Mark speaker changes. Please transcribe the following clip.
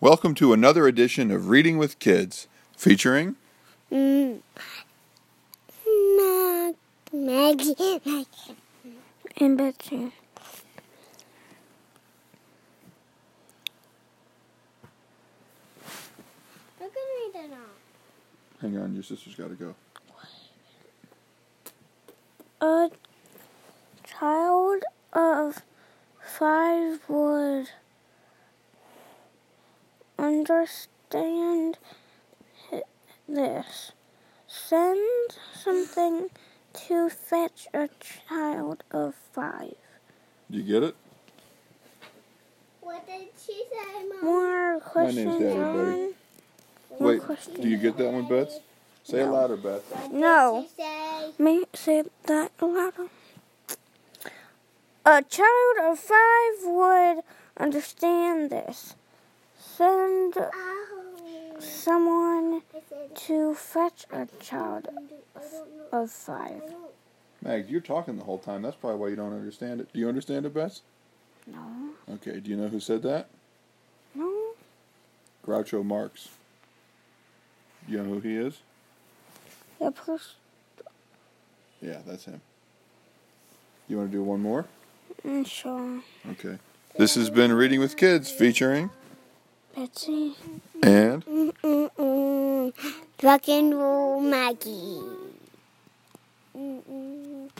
Speaker 1: Welcome to another edition of Reading with Kids featuring
Speaker 2: Mm. Mag- Maggie, Maggie, and Betsy. I can read it all.
Speaker 1: Hang on, your sister's got to go.
Speaker 2: A child of five would understand hi- this. Send something to fetch a child of five.
Speaker 1: Do you get it?
Speaker 3: What did she say, Mom?
Speaker 2: More
Speaker 1: name's
Speaker 2: questions
Speaker 1: Daddy, buddy.
Speaker 2: on. More
Speaker 1: Wait,
Speaker 2: questions.
Speaker 1: do you get that one, Beth? Say it louder, Beth.
Speaker 3: What
Speaker 2: No.
Speaker 3: did she say?
Speaker 2: May say that louder. A child of five would understand this. Send
Speaker 3: Oh.
Speaker 2: someone
Speaker 3: I said,
Speaker 2: to fetch a child
Speaker 3: I don't know.
Speaker 2: of
Speaker 3: I
Speaker 2: five.
Speaker 3: don't.
Speaker 1: Mag, you're talking the whole time. That's probably why you don't understand it. Do you understand it, Beth?
Speaker 2: No,
Speaker 1: Okay, do you know who said that?
Speaker 2: no.
Speaker 1: Groucho Marx. You know who he is?
Speaker 2: The person.
Speaker 1: Yeah, that's him. You want to do one more?
Speaker 2: Sure.
Speaker 1: Okay. This has been Reading with Kids featuring
Speaker 2: Betsy.
Speaker 1: and
Speaker 3: Mm-mm-mm. Rock and roll Maggie. Mm-mm.